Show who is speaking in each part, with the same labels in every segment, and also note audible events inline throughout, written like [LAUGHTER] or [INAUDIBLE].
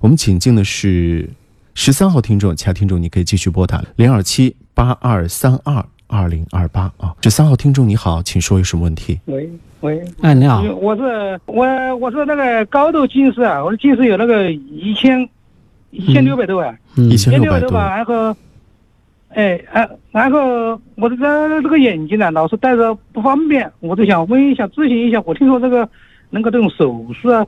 Speaker 1: 我们请进的是十三号听众，其他听众你可以继续拨打零二七八二三二二零二八啊。十三号听众你好，请说有什么问题？
Speaker 2: 喂喂，
Speaker 3: 哎，你
Speaker 1: 啊
Speaker 3: 好
Speaker 2: 因为，我是我我是那个高度近视啊，我的近视有那个一千一千六百多啊，
Speaker 3: 嗯
Speaker 1: 一
Speaker 2: 一
Speaker 1: 千六百
Speaker 2: 多
Speaker 1: 多，
Speaker 2: 吧，然后，哎啊，然后我这个这个眼睛呢、啊老是戴着不方便，我就想问一下咨询一下，我听说这个能够这种手术啊，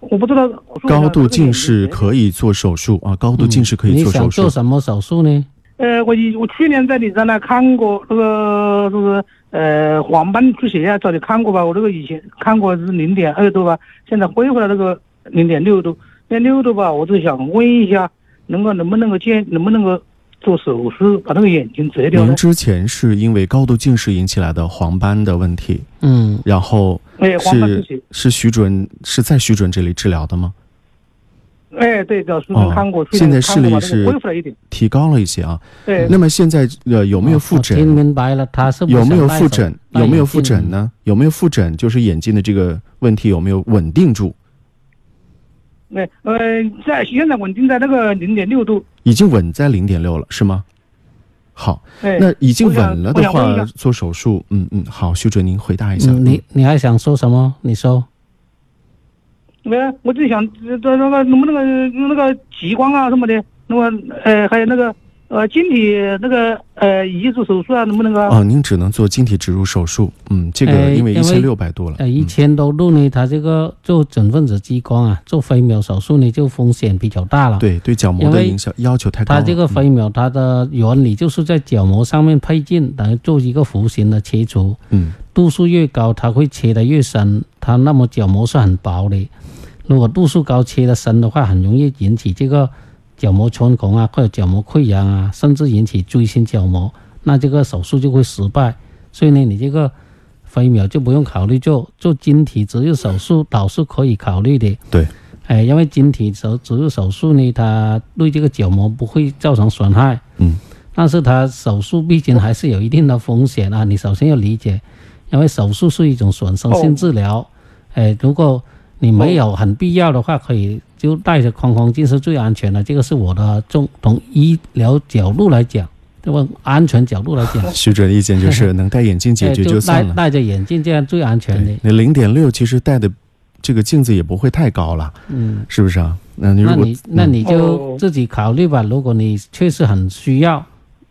Speaker 2: 我不知道
Speaker 1: 高度近视
Speaker 2: 哎
Speaker 1: 可以做手术啊，高度近视可以
Speaker 3: 你
Speaker 1: 做手
Speaker 3: 想
Speaker 1: 术
Speaker 3: 做。什么手术呢？
Speaker 2: 呃，我以我去年在你这那看过那个就是呃黄斑出血啊，早就看过吧？我这个以前看过是零点二度吧，现在恢复了那个零点六度，那六度吧，我就想问一下，能够能不能够建能不能够做手术把那个眼睛折掉
Speaker 1: 您
Speaker 2: 呢？
Speaker 1: 之前是因为高度近视引起来的黄斑的问题，
Speaker 3: 嗯，
Speaker 1: 然后
Speaker 2: 哎，黄斑出血
Speaker 1: 是，是徐主任是在徐主任这里治疗的吗？
Speaker 2: 哎，对，老师
Speaker 1: 哦
Speaker 2: 看过，去
Speaker 1: 现在
Speaker 2: 年
Speaker 1: 视
Speaker 2: 看过
Speaker 1: 力
Speaker 2: 吧，
Speaker 1: 是
Speaker 2: 那个恢复了一点，
Speaker 1: 提高了一些啊。
Speaker 2: 对，
Speaker 1: 那么现在呃有
Speaker 3: 有
Speaker 1: 没有复诊？
Speaker 3: 听明白了，他是不是
Speaker 1: 有没有
Speaker 3: 想戴
Speaker 1: 复
Speaker 3: 手
Speaker 1: 诊？
Speaker 3: 戴
Speaker 1: 有没有
Speaker 3: 眼
Speaker 1: 复
Speaker 3: 镜
Speaker 1: 诊？呢？有没有复诊？就是眼睛的这个问题有没有稳定住？
Speaker 2: 那呃，在现在稳定在那个零点六度，
Speaker 1: 已经稳在零点六了，是吗？好，
Speaker 2: 哎，
Speaker 1: 那已经
Speaker 2: 我想
Speaker 1: 稳了
Speaker 2: 我
Speaker 1: 的
Speaker 2: 想问
Speaker 1: 话
Speaker 2: 一下，
Speaker 1: 做手术，嗯嗯，好，徐主任您回答一下。
Speaker 3: 嗯你你还想说什么？你说，
Speaker 2: 没有，我只想这这那个能不能够那个激光啊什么的，那么呃还有那个呃晶体那个呃移植手术啊，能不能够？
Speaker 1: 哦，您只能做晶体植入手术，嗯，这个
Speaker 3: 哎
Speaker 1: 因为一
Speaker 3: 因
Speaker 1: 千
Speaker 3: 为
Speaker 1: 六百多了，
Speaker 3: 呃，一
Speaker 1: 嗯
Speaker 3: 千多度呢，他这个做整分子激光啊，做飞秒手术呢，就风险比较大了。，
Speaker 1: 对对角膜
Speaker 3: 因
Speaker 1: 的
Speaker 3: 为
Speaker 1: 影响要求太高了。
Speaker 3: 它这个
Speaker 1: 嗯
Speaker 3: 飞秒它的原理就是在角膜上面配镜，等于做一个弧形的切除。
Speaker 1: 嗯
Speaker 3: 度数越高，它会切得越深，它那么角膜是很薄的。如果度数高切得深的话，很容易引起这个角膜穿孔啊，或者角膜溃疡啊，甚至引起锥心角膜，那这个手术就会失败。所以呢，你这个飞秒就不用考虑做做晶体植入手术，倒是可以考虑的。
Speaker 1: 对，
Speaker 3: 哎，因为晶体手植入手术呢，它对这个角膜不会造成损害。
Speaker 1: 嗯，
Speaker 3: 但是它手术毕竟还是有一定的风险啊，你首先要理解，因为手术是一种损伤性治
Speaker 2: 哦
Speaker 3: 疗，哎，如果你没有很必要的话，可以就戴着框框镜是最安全的，这个是我的中从医疗角度来讲，对吧？安全角度来讲，
Speaker 1: 徐主任意见
Speaker 3: [LAUGHS]
Speaker 1: 就是能戴眼镜解
Speaker 3: 哎，
Speaker 1: 决
Speaker 3: 就戴
Speaker 1: 算了。
Speaker 3: 戴着眼镜这样最安全的
Speaker 1: 对，，那零点六其实戴的这个镜子也不会太高了，
Speaker 3: 嗯。
Speaker 1: 是不是啊？那你
Speaker 3: 那
Speaker 1: 如果
Speaker 3: 你那你就
Speaker 2: 哦
Speaker 3: 自己考虑吧。如果你确实很需要，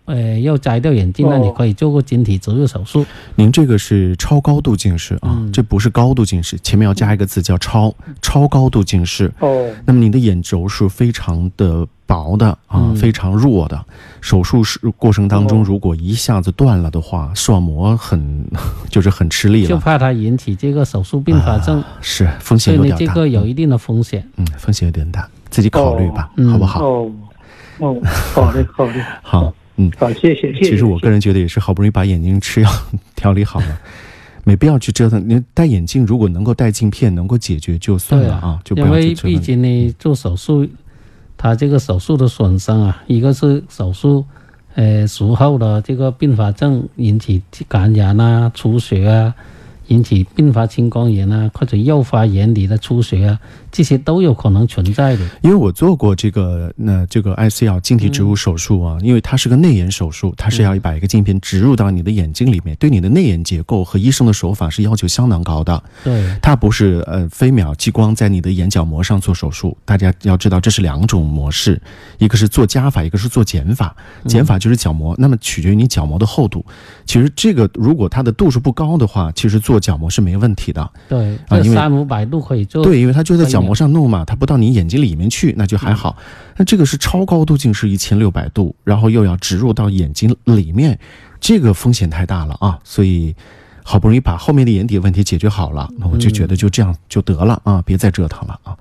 Speaker 3: 呃，要摘掉眼镜，那你
Speaker 2: 哦
Speaker 3: 可以做个晶体植入手术。
Speaker 1: 您这个是超高度近视啊，
Speaker 3: 嗯
Speaker 1: 这不是高度近视，前面要加一个字叫超，超高度近视。
Speaker 2: 哦，
Speaker 1: 那么你的眼轴是非常的薄的啊，
Speaker 3: 嗯
Speaker 1: 非常弱的。手术是过程当中，
Speaker 2: 哦
Speaker 1: 如果一下子断了的话，视网膜很 [LAUGHS] 就是很吃力
Speaker 3: 就
Speaker 1: 了，啊
Speaker 3: 怕它引起这个手术并发症，
Speaker 1: 是风
Speaker 3: 所
Speaker 1: 险
Speaker 3: 以
Speaker 1: 有
Speaker 3: 呢
Speaker 1: 点，
Speaker 3: 这
Speaker 1: 大。
Speaker 3: 个有一定的风险。
Speaker 1: 嗯，风险有点大，自己考虑吧，
Speaker 3: 哦哦
Speaker 1: 好不好？
Speaker 2: 哦，哦，好的，好的，
Speaker 1: 好，嗯。
Speaker 2: 好，谢谢，谢谢。
Speaker 1: 其实我个人觉得也是好不容易把眼睛吃药 [LAUGHS] 调理好了，没必要去折腾。你戴眼镜如果能够戴镜片，能够解决就算
Speaker 3: 对
Speaker 1: 了啊，就不
Speaker 3: 因
Speaker 1: 要去
Speaker 3: 为
Speaker 1: 折
Speaker 3: 毕
Speaker 1: 腾。
Speaker 3: 竟呢，做手术，它这个手术的损伤啊，一个是手术，呃，术后的这个并发症引起感染啊、出血啊，引起并发青光眼啊，或者诱发眼底的出血啊，这些都有可能存在的。
Speaker 1: 因为我做过这个那这个 ICL 晶体植入手术啊，因为它是个内眼手术，它是要把一个镜片植入到你的眼睛里面，对你的内眼结构和医生的手法是要求相当高的。
Speaker 3: 对，
Speaker 1: 它不是呃飞秒激光在你的眼角膜上做手术，大家要知道这是两种模式，一个是做加法，一个是做减法。减法就是角膜，那么取决于你角膜的厚度。其实这个如果它的度数不高的话，其实做角膜是没问题的。
Speaker 3: 对，
Speaker 1: 啊
Speaker 3: 这
Speaker 1: 因为
Speaker 3: 三五百度可以嗯做。
Speaker 1: 对，因为它就在角膜上弄嘛，它不到你眼睛里面去，那就还好。那这个是超高度近视一千六百度，然后又要植入到眼睛里面，这个风险太大了啊！所以
Speaker 3: 嗯
Speaker 1: 好不容易把后面的眼底问题解决好了，那我就觉得就这样就得了啊，别再折腾了啊。